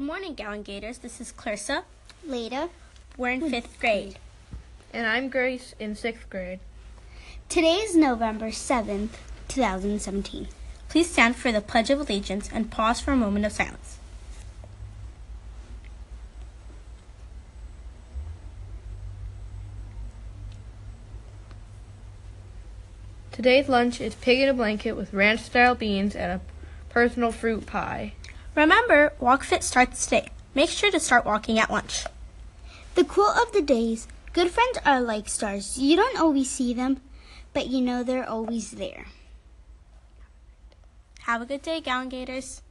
morning, Gown Gators. This is Clarissa. Later. We're in fifth grade. And I'm Grace in sixth grade. Today is November 7th, 2017. Please stand for the Pledge of Allegiance and pause for a moment of silence. Today's lunch is pig in a blanket with ranch style beans and a personal fruit pie. Remember, Walk Fit starts today. Make sure to start walking at lunch. The quote of the day is Good friends are like stars. You don't always see them, but you know they're always there. Have a good day, Gown Gators.